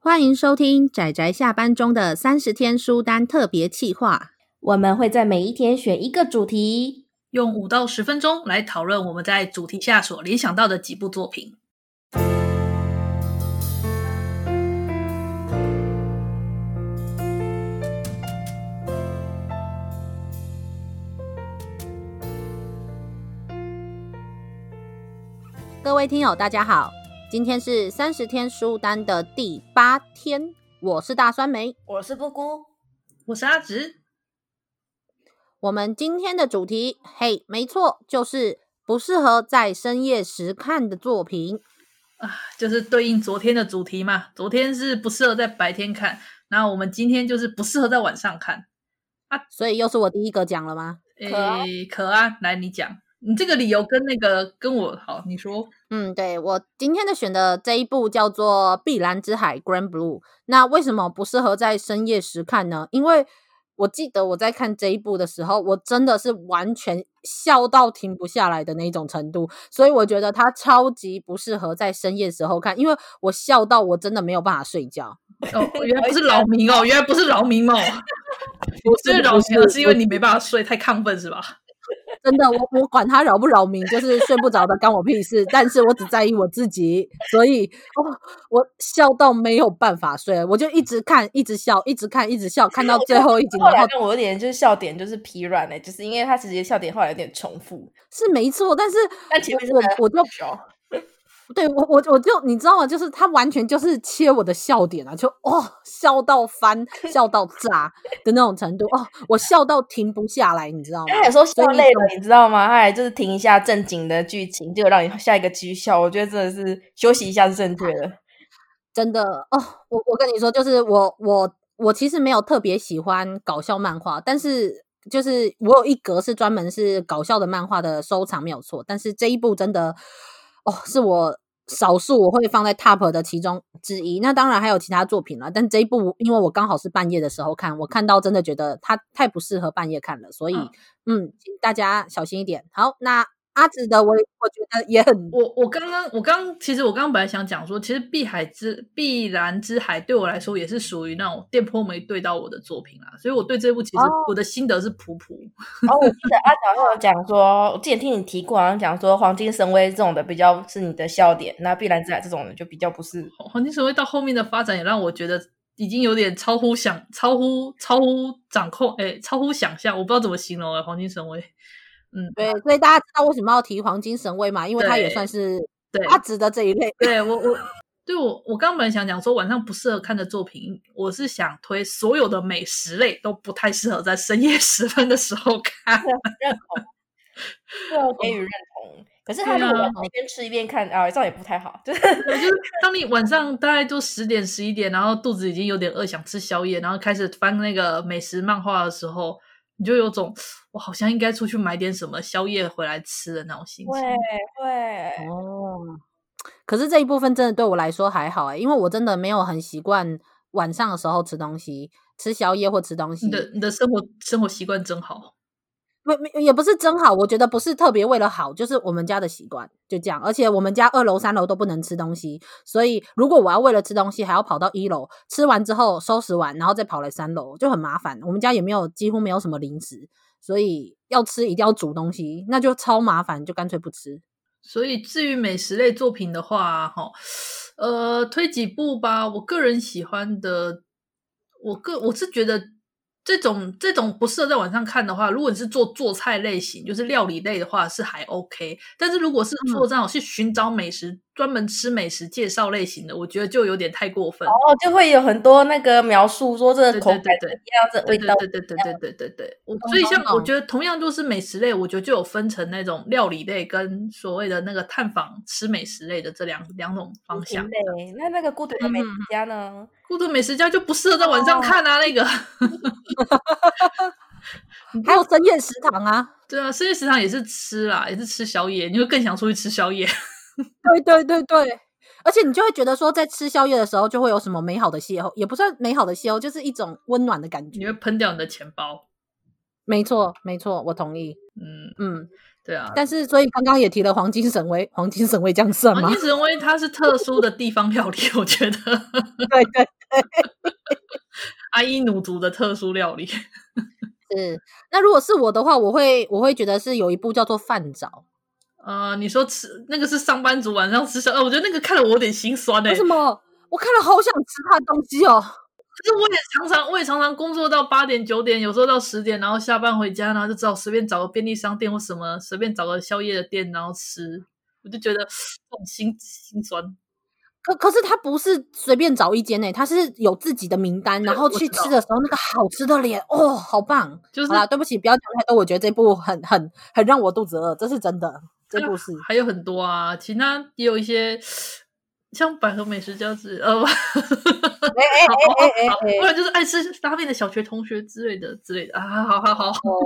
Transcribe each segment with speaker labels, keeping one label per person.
Speaker 1: 欢迎收听仔仔下班中的三十天书单特别企划。
Speaker 2: 我们会在每一天选一个主题。
Speaker 3: 用五到十分钟来讨论我们在主题下所联想到的几部作品。
Speaker 1: 各位听友，大家好，今天是三十天书单的第八天，我是大酸梅。
Speaker 2: 我是布姑，
Speaker 3: 我是阿直，
Speaker 1: 我们今天的主题，嘿，没错，就是不适合在深夜时看的作品。
Speaker 3: 就是对应昨天的主题嘛。昨天是不适合在白天看，那我们今天就是不适合在晚上看。
Speaker 1: 所以又是我第一个讲了吗？
Speaker 3: 诶、
Speaker 2: 可啊
Speaker 3: 可啊，来你讲，你这个理由跟那个跟我好，你说
Speaker 1: 嗯，对我今天的选的这一部叫做《碧蓝之海》（Grand Blue）。那为什么不适合在深夜时看呢？因为我记得我在看这一部的时候，我真的是完全笑到停不下来的那种程度，所以我觉得它超级不适合在深夜时候看，因为我笑到我真的没有办法睡觉。
Speaker 3: 哦，原来不是劳民哦，原来不是劳民哦，
Speaker 1: 不
Speaker 3: 这个劳
Speaker 1: 不
Speaker 3: 民哦，是因为
Speaker 1: 不
Speaker 3: 你没办法睡，太亢奋是吧？
Speaker 1: 真的，我我管他扰不扰民，就是睡不着的干我屁事。但是我只在意我自己，所以哦，我笑到没有办法睡，我就一直看，一直笑，一直看，一直笑，看到最后一集，
Speaker 2: 后
Speaker 1: 然
Speaker 2: 来
Speaker 1: 后
Speaker 2: 让我有点就是笑点就是疲软了、就是因为他其实笑点后来有点重复，
Speaker 1: 是没错，但是
Speaker 2: 但前面真
Speaker 1: 我
Speaker 2: 的
Speaker 1: 我就
Speaker 2: 笑。
Speaker 1: 对我我我就你知道吗？就是他完全就是切我的笑点啊，就哦笑到翻，笑到炸的那种程度哦，我笑到停不下来，你知道吗？
Speaker 2: 他有时候笑
Speaker 1: 所以
Speaker 2: 累了，你知道吗？他还就是停一下正经的剧情，就让你下一个继续笑。我觉得真的是休息一下是正确的。
Speaker 1: 真的哦，我我跟你说，就是我我我其实没有特别喜欢搞笑漫画，但是就是我有一格是专门是搞笑的漫画的收藏没有错，但是这一部真的哦，是我少数我会放在 top 的其中之一。那当然还有其他作品了，但这一部因为我刚好是半夜的时候看，我看到真的觉得它太不适合半夜看了，所以
Speaker 3: 嗯
Speaker 1: 嗯，请大家小心一点。好，那阿紫的我我觉得也很
Speaker 3: 我我刚刚我刚其实我刚刚本来想讲说，其实《碧海之碧蓝之海》对我来说也是属于那种电波没对到我的作品啊，所以我对这部其实
Speaker 1: 哦
Speaker 3: 我的心得是普普。
Speaker 2: 哦啊然后我记得阿小好像讲说，我之前听你提过，好像讲说黄金神威这种的比较是你的笑点，那碧蓝之海这种的就比较不是
Speaker 3: 黄金神威到后面的发展也让我觉得已经有点超乎想、超乎、超乎掌控，哎，超乎想象，我不知道怎么形容哎，黄金神威，嗯，
Speaker 1: 对，所以大家知道为什么要提黄金神威嘛？因为它也
Speaker 3: 对
Speaker 1: 算是
Speaker 3: 对，
Speaker 1: 阿紫的这一类。
Speaker 3: 对我我对我我刚本来想讲说晚上不适合看的作品，我是想推所有的美食类都不太适合在深夜 时分的时候看。
Speaker 2: 认同，对，给予认同。可是他
Speaker 3: 啊对
Speaker 2: 如果
Speaker 3: 啊
Speaker 2: 一边吃一边看啊，这样也不太好。就是
Speaker 3: 对就是当你晚上大概就十点十一点，然后肚子已经有点饿，想吃宵夜，然后开始翻那个美食漫画的时候，你就有种我好像应该出去买点什么宵夜回来吃的那种心
Speaker 2: 会
Speaker 3: 情。
Speaker 2: 会，
Speaker 1: 哦，可是这一部分真的对我来说还好哎、因为我真的没有很习惯晚上的时候吃东西，吃宵夜或吃东西
Speaker 3: 你。的你的生活生活习惯真好，
Speaker 1: 没没也不是真好，我觉得不是特别为了好，就是我们家的习惯就这样。而且我们家二楼、三楼都不能吃东西，所以如果我要为了吃东西，还要跑到一楼，吃完之后收拾完，然后再跑来三楼，就很麻烦。我们家也没有几乎没有什么零食，所以要吃一定要煮东西，那就超麻烦，就干脆不吃。
Speaker 3: 所以至于美食类作品的话，哈，呃，推几部吧。我个人喜欢的，我个我是觉得这种这种不适合在晚上看的话，如果你是做做菜类型，就是料理类的话是还 OK。但是如果是
Speaker 1: 嗯
Speaker 3: 做这种去寻找美食、专门吃美食介绍类型的，我觉得就有点太过分。
Speaker 1: 哦
Speaker 2: 然后就会有很多那个描述说这个
Speaker 3: 对
Speaker 2: 口
Speaker 3: 对
Speaker 2: 感
Speaker 3: 对
Speaker 2: 怎么样，这个
Speaker 3: 对
Speaker 2: 味
Speaker 3: 对
Speaker 2: 道
Speaker 3: 对对对对对对对，我
Speaker 1: 懂
Speaker 3: 所以
Speaker 1: 懂
Speaker 3: 像我
Speaker 1: 懂
Speaker 3: 觉得同样都是美食类，我觉得就有分成那种料理类跟所谓的那个探访吃美食类的这两两种方向。
Speaker 2: 对，那那个孤独的
Speaker 3: 嗯
Speaker 2: 美食家呢？
Speaker 3: 孤独美食家就不适合在晚上看啊，
Speaker 1: 哦
Speaker 3: 那个
Speaker 1: 还有深夜食堂啊，
Speaker 3: 对啊，深夜食堂也是吃啦，也是吃宵夜，你会更想出去吃宵夜。
Speaker 1: 对对对对，而且你就会觉得说，在吃宵夜的时候就会有什么美好的邂逅，也不算美好的邂逅，就是一种温暖的感
Speaker 3: 你
Speaker 1: 觉。
Speaker 3: 会喷掉你的钱包。
Speaker 1: 没错，没错，我同意。
Speaker 3: 嗯，
Speaker 1: 嗯，
Speaker 3: 对啊。
Speaker 1: 但是，所以刚刚也提了黄金神威，黄金神威这样算吗
Speaker 3: 黄？金神威它是特殊的地方料理，我觉得
Speaker 1: 对对，
Speaker 3: 阿伊努族的特殊料理。
Speaker 1: 是，那如果是我的话，我会我会觉得是有一部叫做《饭沼》，
Speaker 3: 啊、你说吃那个是上班族晚上吃宵，呃，我觉得那个看了我有点心酸哎、
Speaker 1: 为什么？我看了好想吃他的东西哦。
Speaker 3: 可是我也常常，我也常常工作到八点、九点，有时候到十点，然后下班回家，然后就只好随便找个便利商店或什么，随便找个宵夜的店，然后吃。我就觉得 这种心心酸。
Speaker 1: 可可是他不是随便找一间呢、他是有自己的名单，然后
Speaker 3: 我
Speaker 1: 去
Speaker 3: 知道
Speaker 1: 吃的时候那个好吃的脸哦，好棒！
Speaker 3: 就是
Speaker 1: 好啦，对不起，不要讲太多，我觉得这部很很很让我肚子饿，这是真的，这部是。
Speaker 3: 还有很多啊，其他也有一些 像百合美食家之呃，不
Speaker 1: 哎哎哎哎哎
Speaker 3: 不
Speaker 1: 哎！
Speaker 3: 然就是爱吃拉面的小学同学之类的之类的啊，好好好，
Speaker 1: 哦，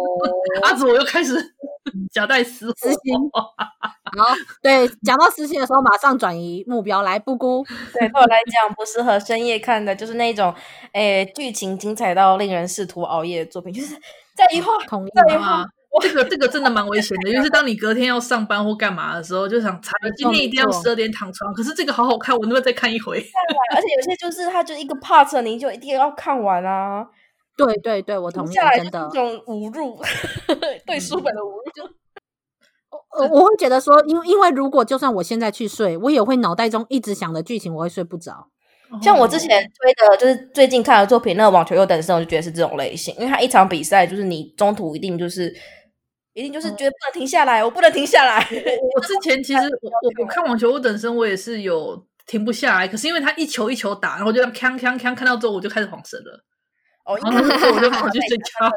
Speaker 3: 阿紫我又开始 夹带私货
Speaker 1: 私心 好，对，讲到私信的时候，马上转移目标来布姑。
Speaker 2: 对，对我来讲不适合深夜看的，就是那种，诶，剧情精彩到令人试图熬夜的作品，就是在一画
Speaker 1: 同意
Speaker 2: 对
Speaker 1: 吗？
Speaker 3: 啊。这个这个真的蛮危险的，尤其是当你隔天要上班或干嘛的时候，就想惨了，
Speaker 1: 没
Speaker 3: 今
Speaker 1: 错
Speaker 3: 天一定要
Speaker 1: 没错
Speaker 3: 十二点躺床。可是这个好好看，我能不能再看一回？
Speaker 2: 而且有些就是它就一个 part，你就一定要看完啊，
Speaker 1: 对对对，我同
Speaker 2: 停
Speaker 1: 意，
Speaker 2: 下来就
Speaker 1: 真
Speaker 2: 是
Speaker 1: 的嗯
Speaker 2: 一。种侮辱， 对书本的侮辱。
Speaker 1: 呃，我会觉得说，因为因为如果就算我现在去睡，我也会脑袋中一直想着剧情，我会睡不着。
Speaker 2: 像我之前推的，就是最近看的作品，那个《网球又等生》，我就觉得是这种类型，因为它一场比赛，就是你中途一定就是，一定就是
Speaker 1: 嗯
Speaker 2: 觉得不能停下来，我不能停下来。
Speaker 3: 哦我之前其实我我我看网球我等生，我也是有停不下来，可是因为他一球一球打，然后我就这样锵锵锵看到之后，我就开始晃神了，
Speaker 2: 哦，一
Speaker 1: 嗯
Speaker 3: 然后
Speaker 2: 看
Speaker 3: 那个 时候我就跑去睡觉。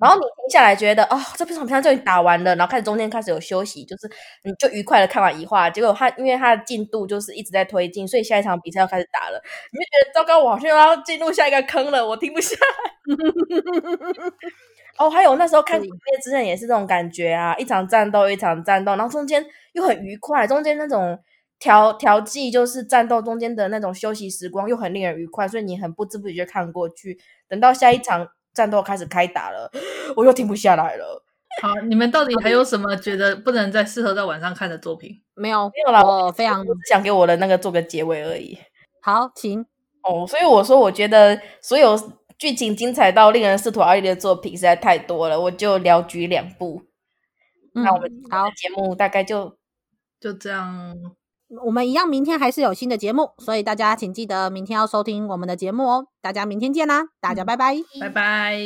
Speaker 2: 然后你停下来觉得哦，这场比赛终于打完了，然后开始中间开始有休息，就是你就愉快的看完一话，结果他因为他的进度就是一直在推进，所以下一场比赛要开始打了，你就觉得糟糕，我好像又要进入下一个坑了，我停不下来。 哦，还有那时候看《鬼灭之刃》也是这种感觉啊，一场战斗一场战斗，然后中间又很愉快，中间那种调调剂就是战斗中间的那种休息时光又很令人愉快，所以你很不知不觉就看过去，等到下一场战斗开始开打了，我又停不下来了。
Speaker 3: 好，你们到底还有什么觉得不能再适合在晚上看的作品？
Speaker 1: 没有，
Speaker 2: 没有啦，
Speaker 1: 我非常
Speaker 2: 我只想给我的那个做个结尾而已。
Speaker 1: 好，请
Speaker 2: 哦，所以我说，我觉得所有剧情精彩到令人试图熬夜的作品实在太多了，我就聊举两部。
Speaker 1: 嗯
Speaker 2: 那我们今天的
Speaker 1: 好
Speaker 2: 节目大概就
Speaker 3: 就这样，
Speaker 1: 我们一样，明天还是有新的节目，所以大家请记
Speaker 2: 嗯
Speaker 1: 得明天要收听我们的节目哦。大家明天见啦，大家拜拜。
Speaker 3: 拜拜。